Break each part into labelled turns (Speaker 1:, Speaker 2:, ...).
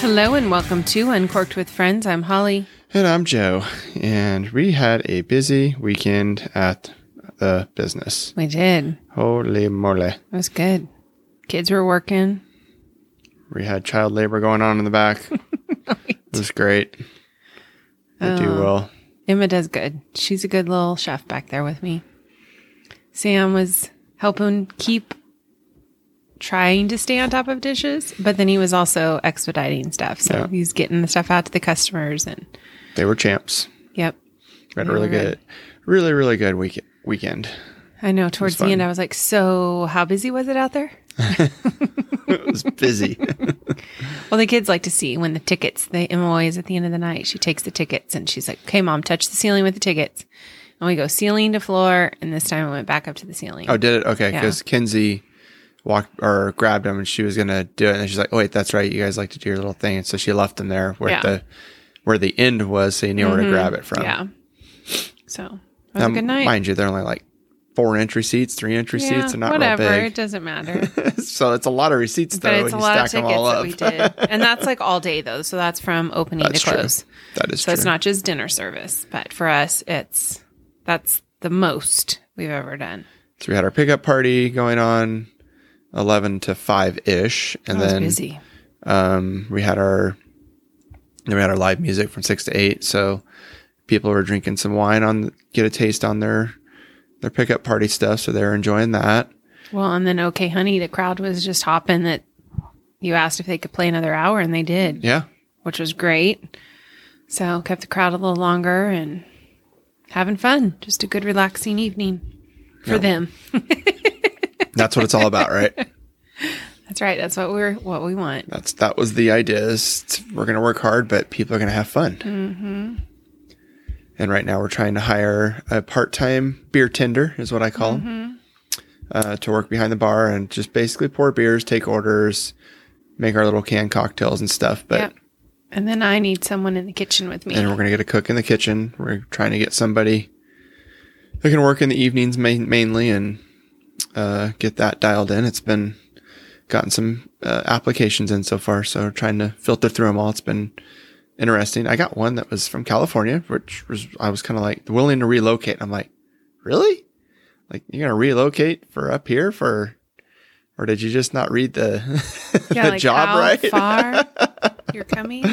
Speaker 1: Hello and welcome to Uncorked with Friends. I'm Holly.
Speaker 2: And I'm Joe, and we had a busy weekend at the business.
Speaker 1: We did.
Speaker 2: Holy moly.
Speaker 1: It was good. Kids were working.
Speaker 2: We had child labor going on in the back. it was great. I do
Speaker 1: Oh.
Speaker 2: well.
Speaker 1: Emma does good. She's a good little chef back there with me. Sam was helping keep trying to stay on top of dishes, but then he was also expediting stuff. So
Speaker 2: Yeah.
Speaker 1: he's getting the stuff out to the customers and
Speaker 2: They were champs.
Speaker 1: yep.
Speaker 2: We had a really good, really, really good week- weekend.
Speaker 1: I know towards the
Speaker 2: fun.
Speaker 1: end I was like, "So, how busy was it out there?"
Speaker 2: It was busy.
Speaker 1: Well, the kids like to see when the tickets, they Emma always at the end of the night, she takes the tickets and she's like, okay, mom, touch the ceiling with the tickets. And we go ceiling to floor. And this time I went back up to the ceiling.
Speaker 2: oh, did it? Okay.
Speaker 1: Yeah.
Speaker 2: Because Kinsey walked or grabbed him and she was going to do it. And then she's like, oh, wait, that's right. You guys like to do your little thing. And so she left him there where
Speaker 1: Yeah. Mm-hmm.
Speaker 2: the where the end was so you knew where to grab it from.
Speaker 1: yeah. So it was
Speaker 2: Um,
Speaker 1: a good night.
Speaker 2: Mind you, they're only like four entry seats, three entry
Speaker 1: Yeah,
Speaker 2: seats, and not
Speaker 1: whatever.
Speaker 2: real
Speaker 1: It doesn't matter.
Speaker 2: big. so it's a lot of receipts though
Speaker 1: but it's
Speaker 2: when
Speaker 1: a
Speaker 2: you
Speaker 1: lot of
Speaker 2: stack
Speaker 1: tickets
Speaker 2: them all
Speaker 1: that
Speaker 2: up.
Speaker 1: we did. And that's like all day though. So that's from opening
Speaker 2: That's
Speaker 1: to
Speaker 2: true.
Speaker 1: close.
Speaker 2: That is
Speaker 1: So
Speaker 2: true.
Speaker 1: it's not just dinner service, but for us, it's that's the most we've ever done.
Speaker 2: so we had our pickup party going on eleven to five ish, and
Speaker 1: I was
Speaker 2: then
Speaker 1: busy.
Speaker 2: um, we had our then we had our live music from six to eight. So people were drinking some wine on get a taste on their their pickup party stuff. So they're enjoying that.
Speaker 1: Well, and then okay, honey, the crowd was just hopping that you asked if they could play another hour and they did,
Speaker 2: Yeah,
Speaker 1: which was great. So kept the crowd a little longer and having fun. Just a good relaxing evening for them.
Speaker 2: that's what it's all about, right?
Speaker 1: That's right. That's what we're what we want.
Speaker 2: That's that was the idea. Is t- we're going to work hard, but people are going to have fun. And right now, we're trying to hire a part-time beer tender, is what I call 'em, uh, to work behind the bar and just basically pour beers, take orders, make our little canned cocktails and stuff. But
Speaker 1: Yep. And then I need someone in the kitchen with me.
Speaker 2: and we're going to get a cook in the kitchen. We're trying to get somebody who can work in the evenings main, mainly and uh, get that dialed in. It's been gotten some uh, applications in so far, so trying to filter through them all. It's been interesting. I got one that was from California, which was I was kind of like willing to relocate. I'm like, really? Like you're going to relocate for up here for? Or did you just not read the, the job
Speaker 1: how
Speaker 2: right?
Speaker 1: far you're coming?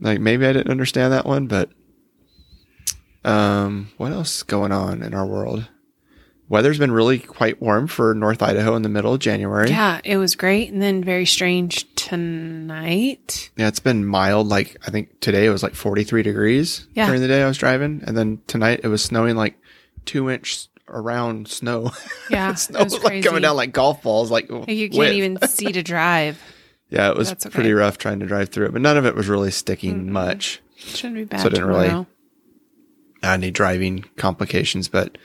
Speaker 2: like maybe I didn't understand that one, but um, what else is going on in our world? Weather's been really quite warm for North Idaho in the middle of January.
Speaker 1: Yeah, it was great and then very strange tonight.
Speaker 2: Yeah, it's been mild. Like I think today it was like 43 degrees
Speaker 1: Yeah.
Speaker 2: during the day I was driving, and then tonight it was snowing like two inch around snow.
Speaker 1: Yeah,
Speaker 2: Snow
Speaker 1: it was
Speaker 2: was
Speaker 1: crazy.
Speaker 2: like coming down like golf balls. Like
Speaker 1: you can't
Speaker 2: width.
Speaker 1: even see to drive.
Speaker 2: Yeah, it was
Speaker 1: That's okay.
Speaker 2: pretty rough trying to drive through it, but none of it was really sticking much.
Speaker 1: Shouldn't be bad.
Speaker 2: So it didn't really-
Speaker 1: tomorrow.
Speaker 2: uh, any driving complications, but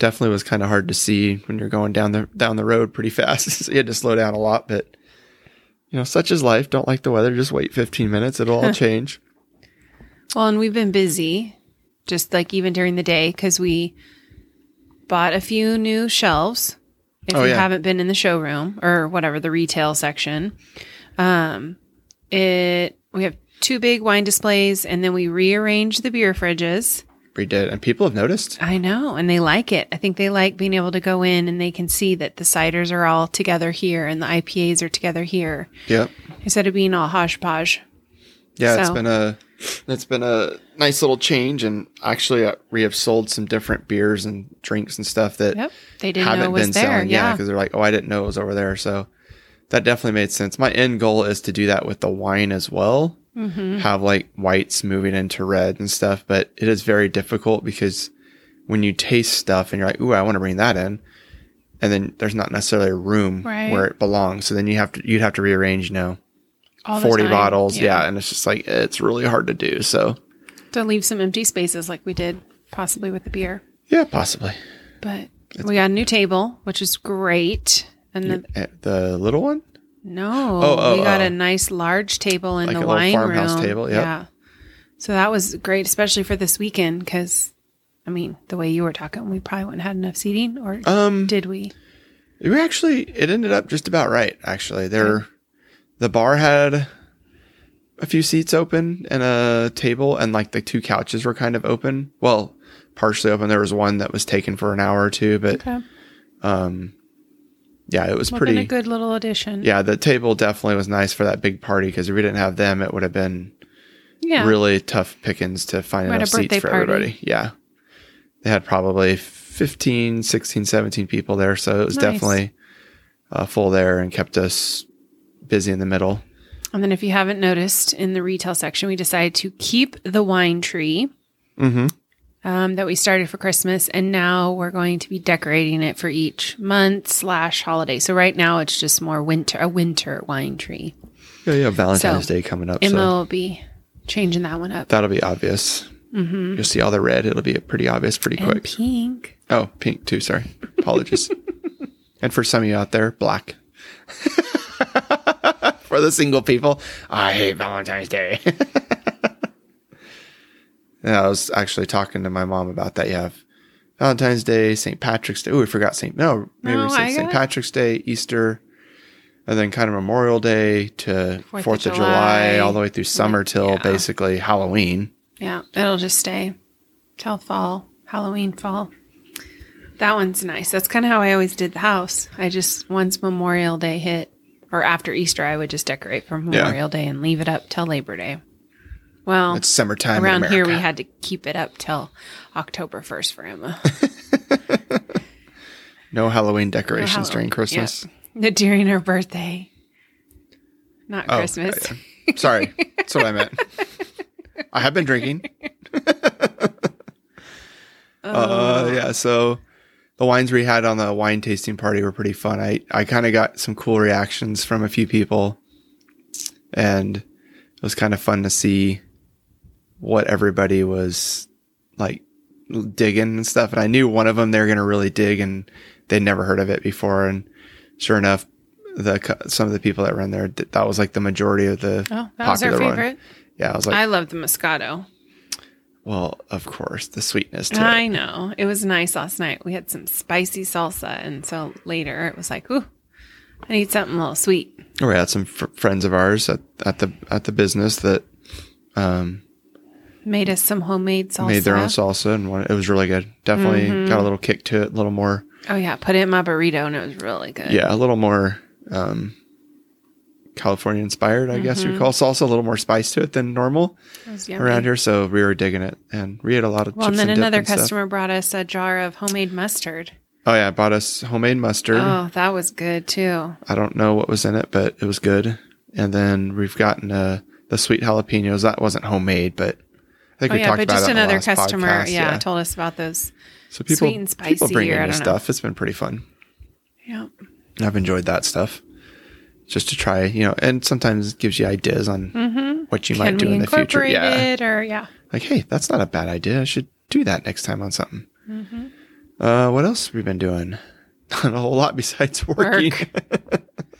Speaker 2: definitely was kind of hard to see when you're going down the down the road pretty fast. so you had to slow down a lot, but you know, such is life. Don't like the weather, just wait 15 minutes, it'll all change.
Speaker 1: Well, and we've been busy, just like even during the day, because we bought a few new shelves. If
Speaker 2: Oh,
Speaker 1: you
Speaker 2: yeah.
Speaker 1: haven't been in the showroom or whatever the retail section, um, it we have two big wine displays, and then we rearranged the beer fridges.
Speaker 2: We did, and people have noticed.
Speaker 1: I know, and they like it. I think they like being able to go in and they can see that the ciders are all together here and the IPAs are together here
Speaker 2: Yep.
Speaker 1: instead of being all hodgepodge.
Speaker 2: Yeah, it's
Speaker 1: So-
Speaker 2: been a it's been a nice little change and actually uh, we have sold some different beers and drinks and stuff that
Speaker 1: Yep, they didn't know it
Speaker 2: haven't
Speaker 1: was
Speaker 2: been
Speaker 1: there.
Speaker 2: selling. Yeah,
Speaker 1: yeah,
Speaker 2: because they're like, oh, I didn't know it was over there. So that definitely made sense. My end goal is to do that with the wine as well.
Speaker 1: Mm-hmm.
Speaker 2: Have like whites moving into red and stuff, but it is very difficult because when you taste stuff and you're like, ooh, I want to bring that in, and then there's not necessarily room
Speaker 1: Right.
Speaker 2: where it belongs. So then you have to you'd have to rearrange, you know,
Speaker 1: All the
Speaker 2: forty
Speaker 1: time.
Speaker 2: bottles, yeah. and it's just like it's really hard to do. So
Speaker 1: to leave some empty spaces like we did possibly with the beer.
Speaker 2: yeah, possibly
Speaker 1: But we got a new table, which is great. And the,
Speaker 2: Eh, the little one.
Speaker 1: no,
Speaker 2: Oh, oh,
Speaker 1: we got
Speaker 2: oh.
Speaker 1: a nice large table in
Speaker 2: Like
Speaker 1: the
Speaker 2: a little
Speaker 1: wine
Speaker 2: farmhouse
Speaker 1: room.
Speaker 2: table, yep.
Speaker 1: Yeah. So that was great, especially for this weekend, because I mean, the way you were talking, we probably wouldn't have had enough seating, or
Speaker 2: Um,
Speaker 1: did we?
Speaker 2: We actually, it ended up just about right. Actually, there, the bar had a few seats open and a table, and like the two couches were kind of open. Well, partially open. There was one that was taken for an hour or two, but
Speaker 1: Okay.
Speaker 2: um, yeah, it was
Speaker 1: Well,
Speaker 2: pretty.
Speaker 1: been a good little addition.
Speaker 2: yeah, the table definitely was nice for that big party because if we didn't have them, it would have been
Speaker 1: Yeah.
Speaker 2: really tough pickings to find
Speaker 1: We're at
Speaker 2: enough
Speaker 1: a birthday
Speaker 2: seats for
Speaker 1: party.
Speaker 2: everybody. Yeah. They had probably 15, 16, 17 people there. So it was
Speaker 1: Nice.
Speaker 2: definitely uh, full there and kept us busy in the middle.
Speaker 1: And then, if you haven't noticed, in the retail section, we decided to keep the wine tree
Speaker 2: Mm-hmm.
Speaker 1: um, that we started for Christmas, and now we're going to be decorating it for each month slash holiday. So right now, it's just more winter, a winter wine tree.
Speaker 2: Yeah, yeah. Valentine's
Speaker 1: So,
Speaker 2: Day coming up.
Speaker 1: Emma
Speaker 2: So
Speaker 1: will be changing that one up.
Speaker 2: that'll be obvious. Mm-hmm. You'll see all the red. It'll be pretty obvious pretty
Speaker 1: And
Speaker 2: quick.
Speaker 1: pink.
Speaker 2: Oh, pink too. Sorry. Apologies. and for some of you out there, black. for the single people, I hate Valentine's Day. yeah, I was actually talking to my mom about that. Yeah. Valentine's Day, St. Patrick's Day. Oh, we forgot St. No, maybe
Speaker 1: No,
Speaker 2: we said
Speaker 1: Oh, I
Speaker 2: St.
Speaker 1: got-
Speaker 2: Patrick's Day, Easter, and then kind of Memorial Day to Fourth, of, July, all the way through summer till
Speaker 1: Yeah.
Speaker 2: basically Halloween.
Speaker 1: Yeah, it'll just stay till fall, Halloween, fall. That one's nice. That's kind of how I always did the house. I just once Memorial Day hit or after Easter, I would just decorate for Memorial Day and leave it up till Labor Day. Well,
Speaker 2: It's summertime. in
Speaker 1: around here we
Speaker 2: America.
Speaker 1: had to keep it up till October 1st for Emma.
Speaker 2: no Halloween decorations during
Speaker 1: Halloween,
Speaker 2: Christmas.
Speaker 1: yeah. During her birthday. Not
Speaker 2: Oh,
Speaker 1: Christmas.
Speaker 2: yeah, yeah. Sorry, that's what I meant. I have been drinking.
Speaker 1: Oh.
Speaker 2: uh, yeah, so the wines we had on the wine tasting party were pretty fun. I, I kind of got some cool reactions from a few people, and it was kind of fun to see what everybody was like digging and stuff. And I knew one of them they were going to really dig, and they'd never heard of it before. And sure enough, the cu- some of the people that were in there th- that was like the majority of the
Speaker 1: Oh, that was our
Speaker 2: popular one.
Speaker 1: favorite.
Speaker 2: Yeah, I was like,
Speaker 1: I love the Moscato.
Speaker 2: well, of course, the sweetness to it.
Speaker 1: I know. It was nice last night. We had some spicy salsa. And so later it was like, ooh, I need something a little sweet.
Speaker 2: we had some fr- friends of ours at, at the at the business that um,
Speaker 1: Made us some homemade salsa. Mm-hmm.
Speaker 2: made their own salsa, and one, it was really good. Definitely got a little kick to it, a little more,
Speaker 1: Oh, yeah. Put it in my burrito and it was really good.
Speaker 2: yeah, a little more um, California inspired, I guess
Speaker 1: Mm-hmm.
Speaker 2: you would call salsa, a little more spice to it than normal
Speaker 1: It was yummy.
Speaker 2: around here. So we were digging it, and we had a lot of
Speaker 1: Well, and
Speaker 2: chips
Speaker 1: then
Speaker 2: and dip
Speaker 1: another
Speaker 2: and stuff.
Speaker 1: customer brought us a jar of homemade mustard.
Speaker 2: Oh yeah, bought us homemade mustard.
Speaker 1: Oh, that was good too.
Speaker 2: I don't know what was in it, but it was good. And then we've gotten uh, the sweet jalapenos. That wasn't homemade, but I think
Speaker 1: Oh,
Speaker 2: we
Speaker 1: yeah.
Speaker 2: talked
Speaker 1: But
Speaker 2: about
Speaker 1: just
Speaker 2: it on the
Speaker 1: another
Speaker 2: last
Speaker 1: customer,
Speaker 2: podcast.
Speaker 1: yeah, told us about those.
Speaker 2: so people,
Speaker 1: sweet and
Speaker 2: people
Speaker 1: spicy,
Speaker 2: bring
Speaker 1: or I
Speaker 2: in new
Speaker 1: don't know.
Speaker 2: stuff. It's been pretty fun.
Speaker 1: Yeah.
Speaker 2: And I've enjoyed that stuff just to try, you know, and sometimes it gives you ideas on what you
Speaker 1: Mm-hmm. Can
Speaker 2: might do
Speaker 1: we
Speaker 2: in the future.
Speaker 1: incorporate
Speaker 2: Yeah.
Speaker 1: it? Or, yeah.
Speaker 2: Like, hey, that's not a bad idea. I should do that next time on something.
Speaker 1: Mm-hmm.
Speaker 2: Uh, what else have we been doing? Not a whole lot besides working
Speaker 1: Work.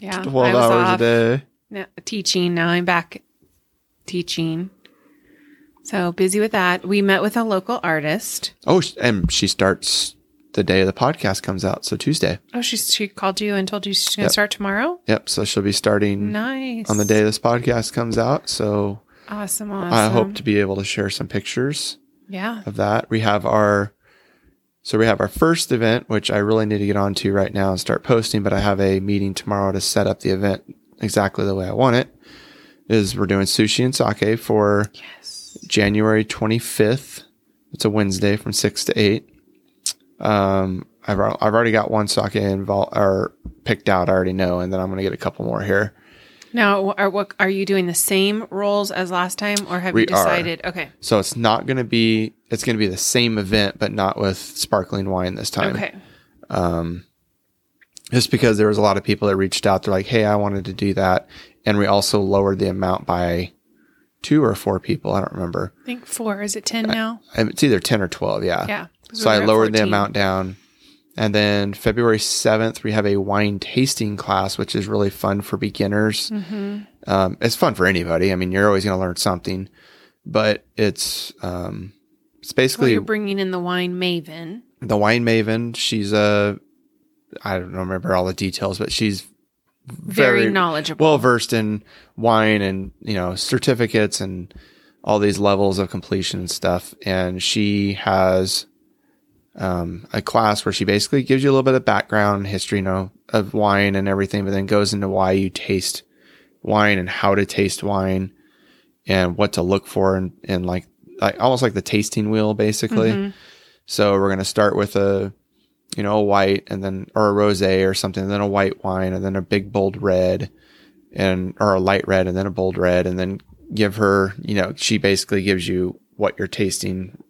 Speaker 1: Yeah.
Speaker 2: 12 hours a day.
Speaker 1: No, teaching. Now I'm back teaching. So busy with that. We met with a local artist.
Speaker 2: Oh, sh- and she starts the day the podcast comes out, so Tuesday.
Speaker 1: Oh, she she called you and told you she's going to start tomorrow.
Speaker 2: Yep. So she'll be starting
Speaker 1: Nice.
Speaker 2: on the day this podcast comes out. So
Speaker 1: Awesome. Awesome.
Speaker 2: I hope to be able to share some pictures
Speaker 1: Yeah.
Speaker 2: of that. We have our so we have our first event, which I really need to get onto right now and start posting. But I have a meeting tomorrow to set up the event exactly the way I want it. Is we're doing sushi and sake for
Speaker 1: Yes.
Speaker 2: January 25th. It's a Wednesday from 6 to 8. Um, I've, al- I've already got one sake involved or picked out, I already know, and then I'm going to get a couple more here.
Speaker 1: Now, wh- are what are you doing the same roles as last time, or have
Speaker 2: We
Speaker 1: you
Speaker 2: are.
Speaker 1: decided? Okay.
Speaker 2: So it's not going to be, it's going to be the same event, but not with sparkling wine this time.
Speaker 1: Okay.
Speaker 2: Just because there was a lot of people that reached out. They're like, hey, I wanted to do that. And we also lowered the amount by two or four people. I don't remember.
Speaker 1: I think four. Is it ten now?
Speaker 2: Um, It's either 10 or 12.
Speaker 1: Yeah. 'cause
Speaker 2: uh, So
Speaker 1: we
Speaker 2: I
Speaker 1: were at
Speaker 2: lowered the
Speaker 1: 14.
Speaker 2: amount down. And then February 7th, we have a wine tasting class, which is really fun for beginners. Um, it's fun for anybody. I mean, you're always going to learn something, but it's, um, it's
Speaker 1: Well,
Speaker 2: basically
Speaker 1: Oh, you're bringing in the wine maven.
Speaker 2: the wine maven. She's a, I don't remember all the details, but she's
Speaker 1: Very knowledgeable.
Speaker 2: well versed in wine and you know certificates and all these levels of completion and stuff. And she has um, a class where she basically gives you a little bit of background history, you know, of wine and everything, but then goes into why you taste wine and how to taste wine and what to look for and, and like, like almost like the tasting wheel basically. So we're going to start with a, you know, a white and then, or a rose or something, and then a white wine and then a big bold red and, or a light red and then a bold red and then give her, you know, she basically gives you what you're tasting.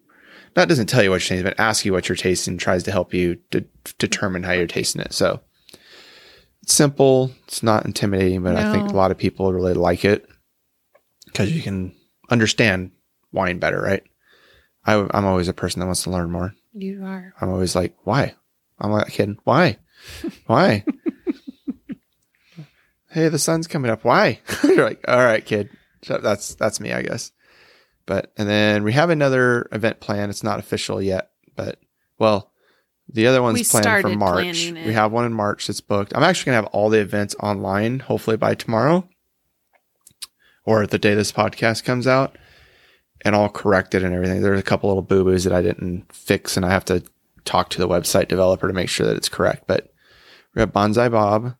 Speaker 2: Not doesn't tell you what you're tasting, but asks you what you're tasting, tries to help you to determine how you're tasting it. So it's simple. It's not intimidating, but I think a
Speaker 1: No.
Speaker 2: lot of people really like it because you can understand wine better, right? I, I'm always a person that wants to learn more.
Speaker 1: You are.
Speaker 2: I'm always like, why? I'm like, kid, why? Why? hey, the sun's coming up. Why? You're like, all right, kid. So that's that's me, I guess. But and then we have another event planned. It's not official yet, but well, the other one's
Speaker 1: We
Speaker 2: planned for
Speaker 1: started
Speaker 2: March.
Speaker 1: planning it.
Speaker 2: We have one in March that's booked. I'm actually gonna have all the events online, hopefully by tomorrow, or the day this podcast comes out, and all corrected and everything. There's a couple little boo boos that I didn't fix, and I have to talk to the website developer to make sure that it's correct. But we have Bonsai Bob.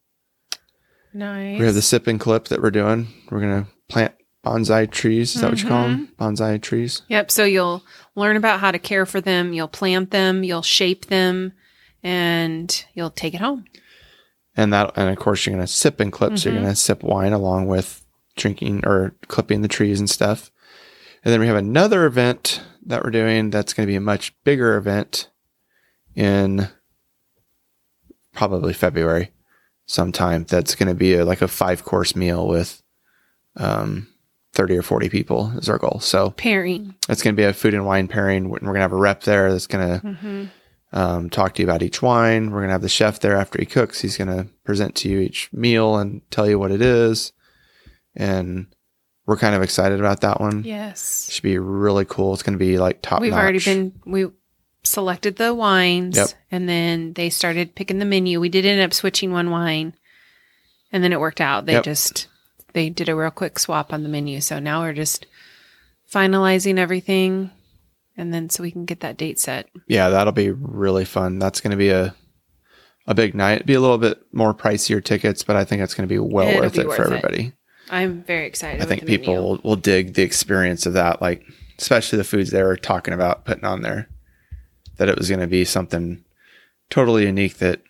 Speaker 1: Nice.
Speaker 2: We have the sip and clip that we're doing. We're gonna plant bonsai trees. Is that what you call them? Bonsai trees.
Speaker 1: Yep. So you'll learn about how to care for them. You'll plant them. You'll shape them, and you'll take it home.
Speaker 2: and that and of course you're going to sip and clip so you're
Speaker 1: Mhm.
Speaker 2: going to sip wine along with drinking or clipping the trees and stuff and then we have another event that we're doing that's going to be a much bigger event in probably february sometime that's going to be a, like a five course meal with um 30 or 40 people is our goal so
Speaker 1: Pairing.
Speaker 2: that's going to be a food and wine pairing we're going to have a rep there that's going to
Speaker 1: hmm
Speaker 2: um, talk to you about each wine. We're going to have the chef there after he cooks. He's going to present to you each meal and tell you what it is. And we're kind of excited about that one.
Speaker 1: Yes.
Speaker 2: Should be really cool. It's going to be like top
Speaker 1: We've
Speaker 2: notch.
Speaker 1: already been we selected the wines,
Speaker 2: Yep.
Speaker 1: and then they started picking the menu. We did end up switching one wine, and then it worked out. They
Speaker 2: Yep.
Speaker 1: just they did a real quick swap on the menu. So now we're just finalizing everything, and then so we can get that date set.
Speaker 2: Yeah, that'll be really fun. That's going to be a a big night. It'd be a little bit more pricier tickets, but I think it's going to be well
Speaker 1: It'll
Speaker 2: worth
Speaker 1: be
Speaker 2: it
Speaker 1: worth
Speaker 2: for
Speaker 1: it.
Speaker 2: everybody.
Speaker 1: I'm very excited.
Speaker 2: I
Speaker 1: with
Speaker 2: think
Speaker 1: the menu.
Speaker 2: people will, will dig the experience of that, like especially the foods they were talking about putting on there. That it was going to be something totally unique that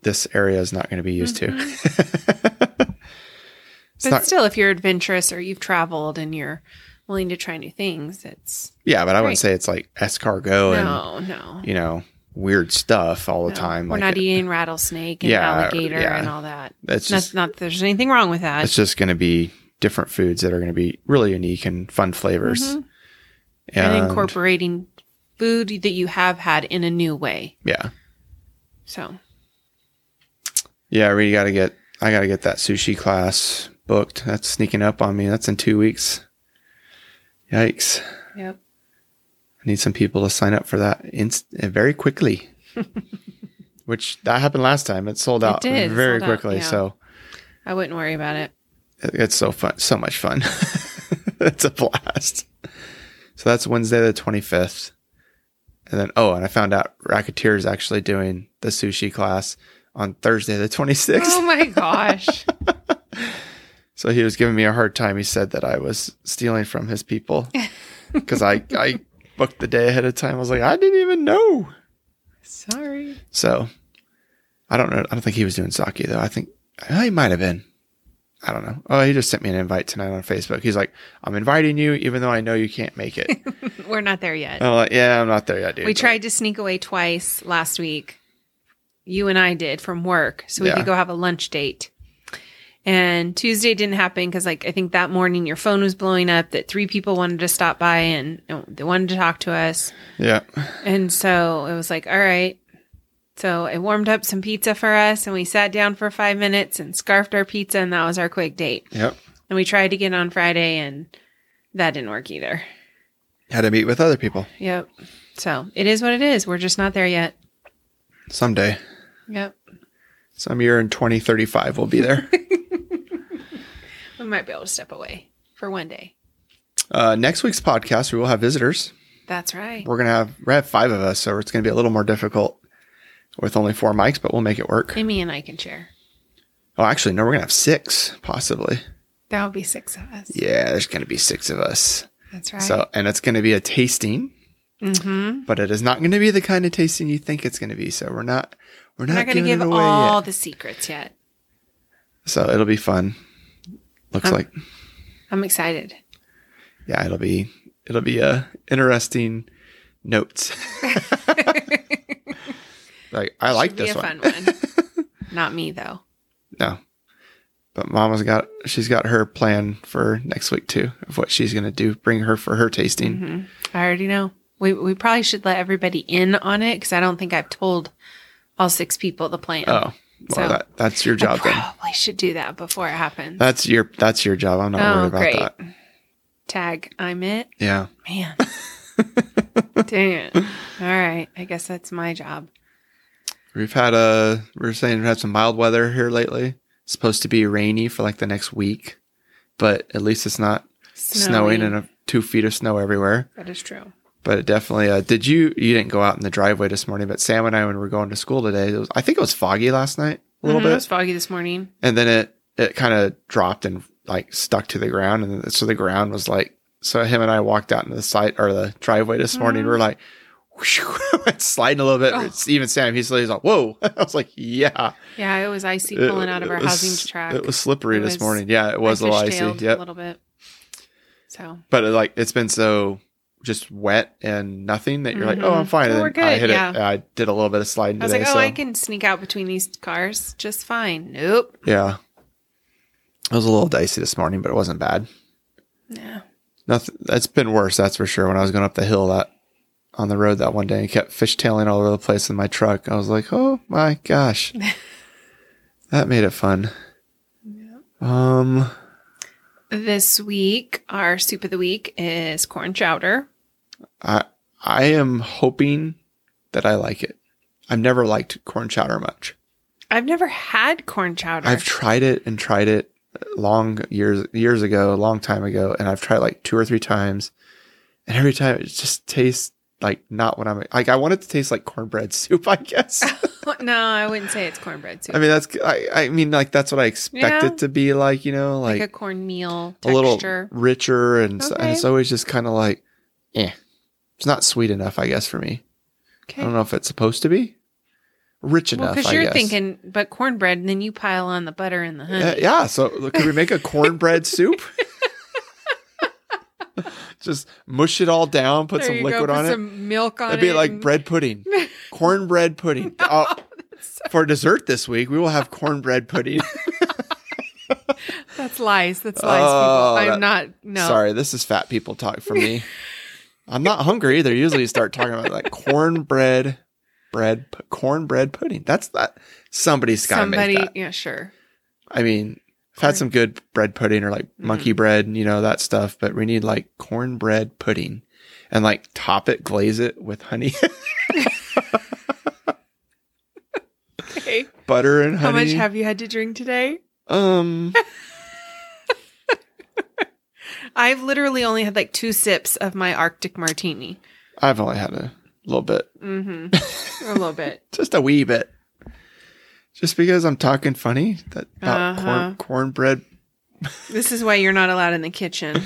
Speaker 2: this area is not going to be used to. it's
Speaker 1: Mm-hmm. but
Speaker 2: not,
Speaker 1: still, if you're adventurous or you've traveled and you're willing to try new things, it's
Speaker 2: yeah, but I
Speaker 1: great.
Speaker 2: wouldn't say it's like escargot
Speaker 1: no, no.
Speaker 2: Oh, and you know weird stuff all the
Speaker 1: no.
Speaker 2: time.
Speaker 1: We're
Speaker 2: like
Speaker 1: not
Speaker 2: it-
Speaker 1: eating rattlesnake and
Speaker 2: Yeah,
Speaker 1: alligator
Speaker 2: yeah.
Speaker 1: and all that.
Speaker 2: That's
Speaker 1: Not-
Speaker 2: just
Speaker 1: not, that there's anything wrong with that.
Speaker 2: it's just going to be different foods that are going to be really unique and fun flavors.
Speaker 1: Mhm.
Speaker 2: And,
Speaker 1: and incorporating food that you have had in a new way.
Speaker 2: yeah,
Speaker 1: So
Speaker 2: Yeah, we gotta get. I gotta get that sushi class booked. That's sneaking up on me. That's in two weeks. Yikes!
Speaker 1: yep.
Speaker 2: I need some people to sign up for that inst- uh, very quickly. Which that happened last time. It sold
Speaker 1: It
Speaker 2: out
Speaker 1: did, it
Speaker 2: very
Speaker 1: sold out,
Speaker 2: quickly.
Speaker 1: yeah.
Speaker 2: So
Speaker 1: I wouldn't worry about it.
Speaker 2: it- it's so fun, so much fun. it's a blast. So that's Wednesday the twenty fifth. And then oh, and I found out Racketeer is actually doing the sushi class on Thursday the twenty sixth.
Speaker 1: Oh my gosh.
Speaker 2: So he was giving me a hard time. He said that I was stealing from his people because I, I booked the day ahead of time. I was like, I didn't even know.
Speaker 1: Sorry.
Speaker 2: So I don't know. I don't think he was doing sake though. I think I he might have been. I don't know. Oh, he just sent me an invite tonight on Facebook. He's like, I'm inviting you, even though I know you can't make it. And
Speaker 1: We're not there yet.
Speaker 2: I'm like, yeah, I'm not there yet, dude.
Speaker 1: we tried to sneak away twice last week. You and I did from work, so we
Speaker 2: Yeah.
Speaker 1: could go have a lunch date. And Tuesday didn't happen because, like, I think that morning your phone was blowing up. That three people wanted to stop by and, and they wanted to talk to us.
Speaker 2: Yeah.
Speaker 1: And so it was like, all right. So I warmed up some pizza for us and we sat down for five minutes and scarfed our pizza. And that was our quick date.
Speaker 2: Yep.
Speaker 1: And we tried again on Friday and that didn't work either.
Speaker 2: Had to meet with other people
Speaker 1: Yep. So it is what it is. We're just not there yet.
Speaker 2: someday.
Speaker 1: Yep.
Speaker 2: Some year in 2035, we'll be there.
Speaker 1: We might be able to step away for one day.
Speaker 2: uh, next week's podcast, we will have visitors.
Speaker 1: That's right.
Speaker 2: We're gonna have we have five of us, so it's gonna be a little more difficult with only four mics, but we'll make it work.
Speaker 1: Amy and I can share.
Speaker 2: Oh, actually, no, we're gonna have six possibly.
Speaker 1: That would be six of us.
Speaker 2: Yeah, there's gonna be six of us.
Speaker 1: That's right.
Speaker 2: So, and it's going to be a tasting,
Speaker 1: mm-hmm.
Speaker 2: but it is not going to be the kind of tasting you think it's going to be. So we're not, we're
Speaker 1: I'm
Speaker 2: not,
Speaker 1: not going to
Speaker 2: giving
Speaker 1: give
Speaker 2: it away
Speaker 1: all
Speaker 2: yet.
Speaker 1: the secrets yet.
Speaker 2: So it'll be fun. Looks
Speaker 1: I'm-
Speaker 2: like,
Speaker 1: I'm excited.
Speaker 2: yeah, it'll be, it'll be a interesting notes. like I like
Speaker 1: Should
Speaker 2: this
Speaker 1: be a
Speaker 2: one.
Speaker 1: fun one. Not me though.
Speaker 2: No, but Mama's got, she's got her plan for next week too of what she's going to do. Bring her for her tasting.
Speaker 1: Mhm. I already know. We we probably should let everybody in on it because I don't think I've told all six people the plan.
Speaker 2: Oh, well,
Speaker 1: So-
Speaker 2: that, that's your job then.
Speaker 1: Probably should do that before it happens.
Speaker 2: That's your, that's your job. I'm not worried
Speaker 1: oh,
Speaker 2: about
Speaker 1: great.
Speaker 2: that.
Speaker 1: Tag, I'm it.
Speaker 2: Yeah.
Speaker 1: Man. Dang it. All right. I guess that's my job.
Speaker 2: We've had a we are saying we've had some mild weather here lately. It's supposed to be rainy for like the next week, but at least it's not snowing, and a, two feet of snow everywhere.
Speaker 1: That is true.
Speaker 2: But it definitely uh, did you you didn't go out in the driveway this morning, but Sam and I when we were going to school today, it was I think it was foggy last night a little
Speaker 1: Mhm, It was
Speaker 2: bit,
Speaker 1: foggy this morning.
Speaker 2: and then it it kind of dropped and like stuck to the ground, and then, so the ground was like so him and I walked out into the site or the driveway this morning.
Speaker 1: Mhm.
Speaker 2: We're like. it's sliding a little bit.
Speaker 1: Oh.
Speaker 2: It's Even Sam, he's he's like, "Whoa!" I was like, "Yeah."
Speaker 1: Yeah, it was icy
Speaker 2: It-
Speaker 1: pulling out of
Speaker 2: it
Speaker 1: our
Speaker 2: was-
Speaker 1: housing track.
Speaker 2: It was slippery
Speaker 1: It
Speaker 2: this
Speaker 1: was-
Speaker 2: morning. Yeah, it was a
Speaker 1: I
Speaker 2: little icy.
Speaker 1: fishtailed a
Speaker 2: Yep.
Speaker 1: little bit. So
Speaker 2: But it, like it's been so just wet and nothing that you're like, oh,
Speaker 1: Mhm.
Speaker 2: I'm fine.
Speaker 1: Oh,
Speaker 2: And
Speaker 1: we're
Speaker 2: then I
Speaker 1: good,
Speaker 2: hit it.
Speaker 1: yeah.
Speaker 2: I did a little bit of sliding
Speaker 1: I was
Speaker 2: today.
Speaker 1: like, oh,
Speaker 2: so
Speaker 1: I can sneak out between these cars just fine. Nope.
Speaker 2: yeah, it was a little dicey this morning, but it wasn't bad.
Speaker 1: No.
Speaker 2: Nothing. That's been worse, that's for sure. When I was going up the hill that on the road that one day and kept fishtailing all over the place in my truck, I was like, oh my gosh, that made it fun. Um,
Speaker 1: This week, our soup of the week is corn chowder.
Speaker 2: I I am hoping that I like it. I've never liked corn chowder much.
Speaker 1: I've never had corn chowder.
Speaker 2: I've tried it and tried it long years years ago, a long time ago, and I've tried like two or three times, and every time it just tastes like not what I'm like. I want it to taste like cornbread soup, I guess.
Speaker 1: no, I wouldn't say it's cornbread soup.
Speaker 2: I mean, that's I, I mean like that's what I expect
Speaker 1: Yeah.
Speaker 2: it to be like. You know,
Speaker 1: like,
Speaker 2: like,
Speaker 1: a cornmeal
Speaker 2: a, little
Speaker 1: texture.
Speaker 2: richer, and, s- and
Speaker 1: Okay.
Speaker 2: it's always just kind of like, eh, it's not sweet enough, I guess, for me. I don't
Speaker 1: okay.
Speaker 2: know if it's supposed to be rich
Speaker 1: Well,
Speaker 2: enough.
Speaker 1: because
Speaker 2: I
Speaker 1: you're
Speaker 2: guess.
Speaker 1: thinking, "Mm." but cornbread, and then you pile on the butter and the honey.
Speaker 2: Uh, yeah. So could we make a cornbread soup? Just mush it all down, put
Speaker 1: There
Speaker 2: some
Speaker 1: you go,
Speaker 2: liquid
Speaker 1: put
Speaker 2: on it.
Speaker 1: Some milk on
Speaker 2: It'd
Speaker 1: it.
Speaker 2: be like
Speaker 1: and-
Speaker 2: bread pudding, cornbread pudding. Oh, for dessert this week, we will have cornbread pudding.
Speaker 1: That's lies. That's lies. people.
Speaker 2: Oh, that-
Speaker 1: I'm not. No.
Speaker 2: Sorry, this is fat people talk for me. I'm not hungry either. Usually, you start talking about like cornbread, bread, pu- cornbread pudding. That's that. Somebody's got to
Speaker 1: Somebody.
Speaker 2: make that.
Speaker 1: Yeah. Sure.
Speaker 2: I mean, I've had
Speaker 1: Corn- Mm-hmm.
Speaker 2: some good bread pudding or like monkey bread, and you know, that stuff, but we need like cornbread pudding and like top it, glaze it with honey,
Speaker 1: Okay.
Speaker 2: butter and
Speaker 1: How
Speaker 2: honey.
Speaker 1: much have you had to drink today?
Speaker 2: um,
Speaker 1: I've literally only had like two sips of my Arctic martini.
Speaker 2: I've only had a little bit,
Speaker 1: Mm-hmm. A little bit.
Speaker 2: just a wee bit. Just because I'm talking funny that about
Speaker 1: Uh-huh.
Speaker 2: corn, cornbread,
Speaker 1: This is why you're not allowed in the kitchen.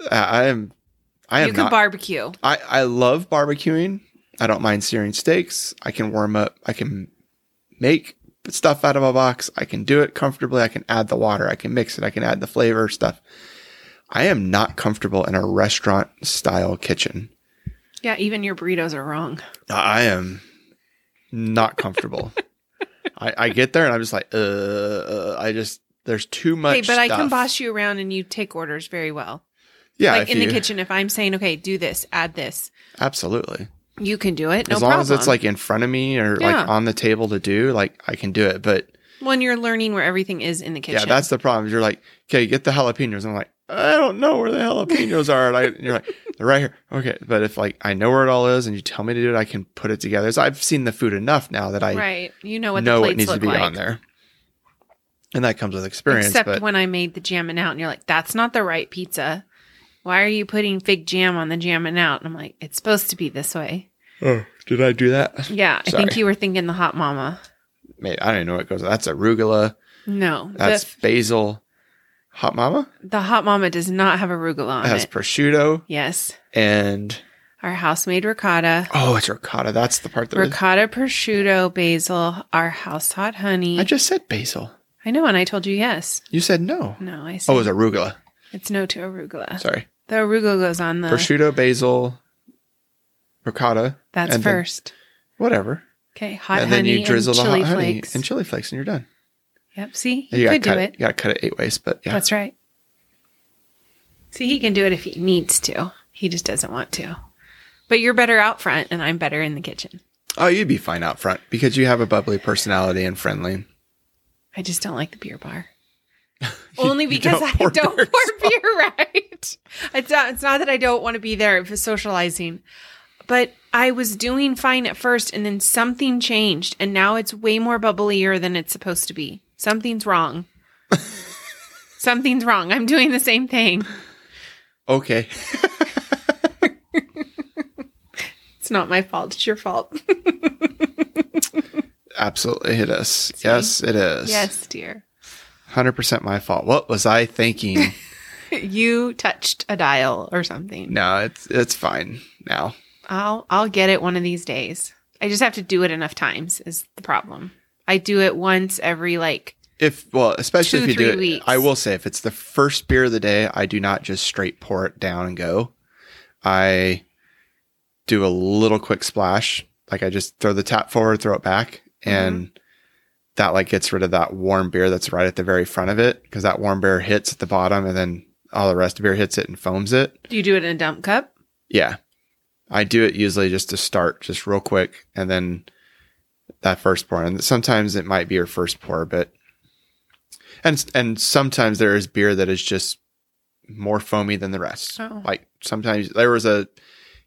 Speaker 2: Uh, I, I am, I am
Speaker 1: you can
Speaker 2: not.
Speaker 1: barbecue.
Speaker 2: I, I love barbecuing. I don't mind searing steaks. I can warm up. I can make stuff out of a box. I can do it comfortably. I can add the water. I can mix it. I can add the flavor stuff. I am not comfortable in a restaurant style kitchen.
Speaker 1: Yeah, even your burritos are wrong.
Speaker 2: I am not comfortable. I, I get there and I'm just like, uh, uh, I just, there's too much.
Speaker 1: Okay, but I can
Speaker 2: stuff.
Speaker 1: boss you around and you take orders very well.
Speaker 2: Yeah.
Speaker 1: like
Speaker 2: if
Speaker 1: in
Speaker 2: you-
Speaker 1: the kitchen, if I'm saying, okay, do this, add this,
Speaker 2: Absolutely.
Speaker 1: you can do it. No
Speaker 2: as long
Speaker 1: problem.
Speaker 2: as it's like in front of me or
Speaker 1: Yeah.
Speaker 2: like on the table to do, like I can do it. But
Speaker 1: when you're learning where everything is in the kitchen.
Speaker 2: Yeah, that's the problem. You're like, okay, get the jalapenos. I'm like, I don't know where the jalapenos are. And I, and you're like, They're right here. Okay. But if like I know where it all is and you tell me to do it, I can put it together. So I've seen the food enough now that I
Speaker 1: right. You know what the
Speaker 2: know
Speaker 1: plates
Speaker 2: what needs
Speaker 1: look
Speaker 2: to be
Speaker 1: like.
Speaker 2: on there. And that comes with experience.
Speaker 1: Except
Speaker 2: but
Speaker 1: when I made the jammin' out, and you're like, "That's not the right pizza. Why are you putting fig jam on the jammin' out?" And I'm like, "It's supposed to be this way."
Speaker 2: oh, did I do that?
Speaker 1: Yeah, I think
Speaker 2: Sorry.
Speaker 1: you were thinking the hot mama.
Speaker 2: Maybe, I don't even know what goes. That's arugula.
Speaker 1: No,
Speaker 2: That's
Speaker 1: the,
Speaker 2: basil. Hot mama.
Speaker 1: the hot mama does not have arugula on
Speaker 2: It has
Speaker 1: it.
Speaker 2: prosciutto
Speaker 1: Yes,
Speaker 2: and
Speaker 1: our house made ricotta,
Speaker 2: oh, it's ricotta. That's the part that was-
Speaker 1: ricotta, prosciutto, basil, our house hot honey.
Speaker 2: I
Speaker 1: I,
Speaker 2: just said basil.
Speaker 1: know, and I told you yes.
Speaker 2: You said no.
Speaker 1: No, I said
Speaker 2: Oh, it was arugula.
Speaker 1: it's no to arugula.
Speaker 2: Sorry.
Speaker 1: The arugula goes on the.
Speaker 2: prosciutto, basil, ricotta,
Speaker 1: that's
Speaker 2: and then-
Speaker 1: first.
Speaker 2: whatever.
Speaker 1: okay, hot
Speaker 2: and
Speaker 1: honey
Speaker 2: then you drizzle
Speaker 1: and
Speaker 2: the
Speaker 1: chili
Speaker 2: hot honey
Speaker 1: flakes.
Speaker 2: and chili flakes, and you're done.
Speaker 1: yep. See,
Speaker 2: And
Speaker 1: you,
Speaker 2: gotta
Speaker 1: could do
Speaker 2: cut
Speaker 1: it.
Speaker 2: You got to cut it eight ways, but yeah.
Speaker 1: That's right. See, he can do it if he needs to. He just doesn't want to. But you're better out front, and I'm better in the kitchen.
Speaker 2: oh, you'd be fine out front because you have a bubbly personality and friendly.
Speaker 1: I just don't like the beer bar. Only
Speaker 2: you
Speaker 1: because
Speaker 2: don't
Speaker 1: I
Speaker 2: pour
Speaker 1: don't
Speaker 2: beer,
Speaker 1: pour beer right. It's not, it's not that I don't want to be there for socializing, but I was doing fine at first, and then something changed, and now it's way more bubblier than it's supposed to be. Something's wrong. Something's wrong. I'm doing the same thing.
Speaker 2: Okay.
Speaker 1: It's not my fault. It's your fault.
Speaker 2: Absolutely. It is. Yes, it is.
Speaker 1: yes, dear.
Speaker 2: 100% my fault. What was I thinking?
Speaker 1: You touched a dial or something.
Speaker 2: no, it's it's fine now.
Speaker 1: I'll I'll get it one of these days. I just have to do it enough times is the problem. I do it once every like
Speaker 2: If well, especially
Speaker 1: Two,
Speaker 2: if you do
Speaker 1: three
Speaker 2: it,
Speaker 1: weeks.
Speaker 2: I will say if it's the first beer of the day, I do not just straight pour it down and go. I do a little quick splash, like I just throw the tap forward, throw it back,
Speaker 1: Mm-hmm.
Speaker 2: and that like gets rid of that warm beer that's right at the very front of it because that warm beer hits at the bottom, and then all the rest of the beer hits it and foams it.
Speaker 1: do you do it in a dump cup?
Speaker 2: Yeah. I do it usually just to start, just real quick, and then that first pour. And sometimes it might be your first pour, but and and sometimes there is beer that is just more foamy than the rest.
Speaker 1: Oh.
Speaker 2: Like sometimes there was a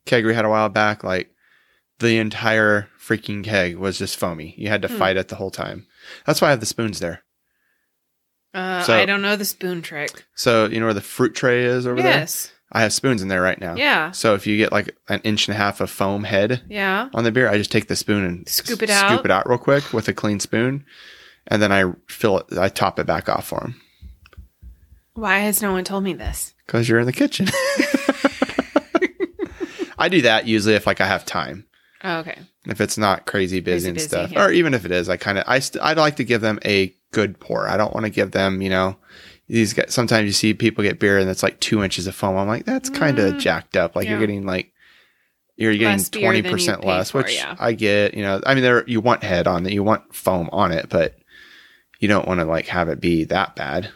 Speaker 2: keg we had a while back, like the entire freaking keg was just foamy. You had to
Speaker 1: Hmm.
Speaker 2: fight it the whole time. That's why I have the spoons there.
Speaker 1: Uh,
Speaker 2: So-
Speaker 1: I don't know the spoon trick.
Speaker 2: So you know where the fruit tray is over there?
Speaker 1: Yes.
Speaker 2: I have spoons in there right now.
Speaker 1: Yeah.
Speaker 2: So if you get like an inch and a half of foam head
Speaker 1: Yeah.
Speaker 2: on the beer, I just take the spoon and
Speaker 1: Scoop it
Speaker 2: s-
Speaker 1: out?
Speaker 2: scoop it out real quick with a clean spoon, and then I fill it. I top it back off for them
Speaker 1: Why has no one told me this?
Speaker 2: because you're in the kitchen. I do that usually if like I have time.
Speaker 1: Oh, okay.
Speaker 2: If it's not crazy
Speaker 1: Crazy
Speaker 2: busy, and
Speaker 1: busy,
Speaker 2: stuff,
Speaker 1: yeah.
Speaker 2: or even if it is, I kind of I st- I'd like to give them a good pour. I don't want to give them you know these guys. Sometimes you see people get beer and it's like two inches of foam. I'm like that's kind of
Speaker 1: Mm.
Speaker 2: jacked up. Like
Speaker 1: Yeah.
Speaker 2: you're getting like you're getting
Speaker 1: Less beer than
Speaker 2: twenty
Speaker 1: you
Speaker 2: percent
Speaker 1: paid
Speaker 2: less,
Speaker 1: for,
Speaker 2: which
Speaker 1: yeah.
Speaker 2: I get. You know, I mean there you want head on it, you want foam on it, but you don't want to like have it be that bad.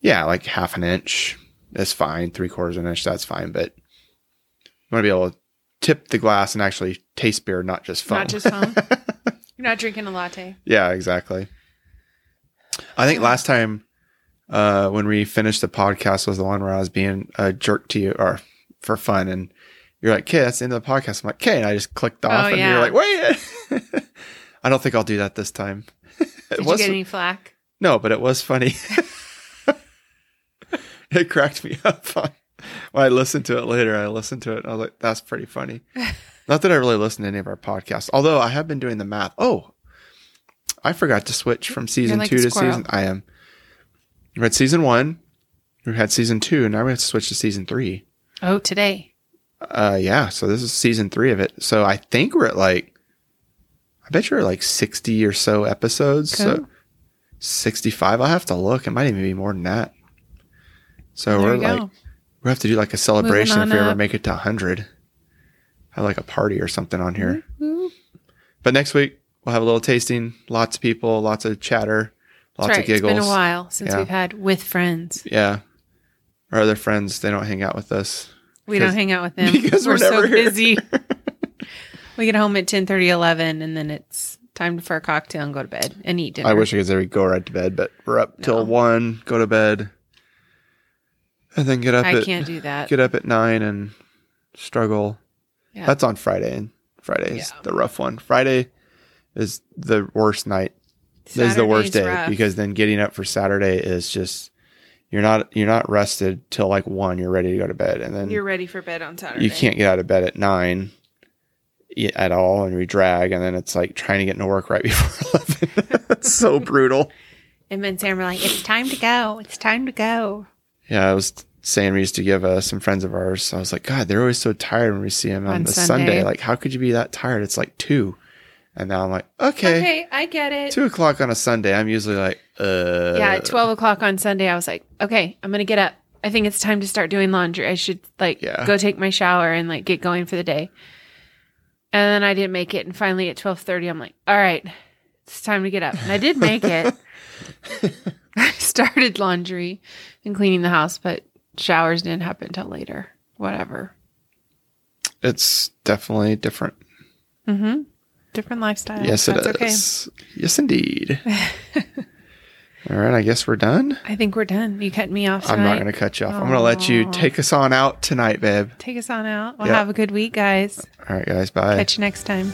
Speaker 2: Yeah, like half an inch is fine, three quarters of an inch that's fine, but you want to be able to tip the glass and actually taste beer, not just foam.
Speaker 1: Not just home. You're not drinking a latte.
Speaker 2: Yeah, exactly. I think last time uh, when we finished the podcast was the one where I was being a jerk to you or for fun, and you're like, "Okay, that's the end of the podcast." I'm like, "Okay," and I just clicked off,
Speaker 1: Oh,
Speaker 2: and
Speaker 1: yeah.
Speaker 2: you're like, "Wait." I don't think I'll do that this time. it
Speaker 1: Did
Speaker 2: was
Speaker 1: you get any flack?
Speaker 2: no, but it was funny. it cracked me up. When I listened to it later, I listened to it and I was like, that's pretty funny. Not that I really listen to any of our podcasts, although I have been doing the math. Oh, I forgot to switch from season
Speaker 1: like
Speaker 2: two
Speaker 1: a
Speaker 2: to
Speaker 1: squirrel.
Speaker 2: season. I am. We had season one, we had season two, and now we have to switch to season three.
Speaker 1: Oh, today.
Speaker 2: Uh, yeah. So this is season three of it. So I think we're at like, I bet you're at like sixty or so episodes. So
Speaker 1: Cool.
Speaker 2: sixty-five. I'll have to look. It might even be more than that. So
Speaker 1: There
Speaker 2: we're
Speaker 1: you go.
Speaker 2: like, we have to do like a celebration if
Speaker 1: on
Speaker 2: we ever
Speaker 1: up.
Speaker 2: make it to hundred. Have like a party or something on here.
Speaker 1: Whoop.
Speaker 2: But next week we'll have a little tasting. Lots of people, lots of chatter,
Speaker 1: That's
Speaker 2: lots
Speaker 1: right.
Speaker 2: of giggles.
Speaker 1: It's been a while since
Speaker 2: Yeah.
Speaker 1: we've had with friends.
Speaker 2: Yeah. Our other friends, they don't hang out with us.
Speaker 1: We
Speaker 2: Because-
Speaker 1: don't hang out with them
Speaker 2: because we're
Speaker 1: we're, so
Speaker 2: never here.
Speaker 1: busy. we get home at 10 11 and then it's time for a cocktail and go to bed and eat dinner.
Speaker 2: I wish I could say we go right to bed, but we're up
Speaker 1: No.
Speaker 2: till one, go to bed, and then get up.
Speaker 1: I
Speaker 2: at,
Speaker 1: can't do that.
Speaker 2: Get up at nine and struggle.
Speaker 1: Yeah.
Speaker 2: That's on Friday, and Friday is
Speaker 1: Yeah.
Speaker 2: the rough one. Friday is the worst night. is the worst day
Speaker 1: Saturday's rough.
Speaker 2: because then getting up for Saturday is just you're not you're not rested till like one. You're ready to go to bed, and then
Speaker 1: you're ready for bed on Saturday.
Speaker 2: you can't get out of bed at nine y- at all, and we drag, and then it's like trying to get into work right before eleven. it's so brutal.
Speaker 1: And then Sam were like, "It's time to go. It's time to go."
Speaker 2: Yeah, I was saying we used to give uh, some friends of ours. I was like, God, they're always so tired when we see them on,
Speaker 1: On
Speaker 2: the
Speaker 1: Sunday.
Speaker 2: Sunday. Like, how could you be that tired? It's like two, and now I'm like, okay,
Speaker 1: Okay, I get it.
Speaker 2: two o'clock on a Sunday. I'm usually like, uh,
Speaker 1: yeah, at twelve o'clock on Sunday, I was like, "Okay, I'm gonna get up. I think it's time to start doing laundry. I should like
Speaker 2: Yeah.
Speaker 1: go take my shower and like get going for the day." And then I didn't make it. And finally, at twelve thirty, I'm like, "All right, it's time to get up." And I did make it. I started laundry and cleaning the house, but showers didn't happen until later. Whatever.
Speaker 2: it's definitely different.
Speaker 1: Mm-hmm. Different lifestyle.
Speaker 2: yes, it is.
Speaker 1: That's Okay.
Speaker 2: Yes, indeed. All right, I guess we're done.
Speaker 1: I think we're done. You cut me off. Tonight.
Speaker 2: I'm not going to cut you off. I'm going to let you
Speaker 1: Aw.
Speaker 2: take us on out tonight, babe.
Speaker 1: take us on out. We'll
Speaker 2: Yeah.
Speaker 1: have a good week, guys.
Speaker 2: All right, guys. Bye.
Speaker 1: Catch you next time.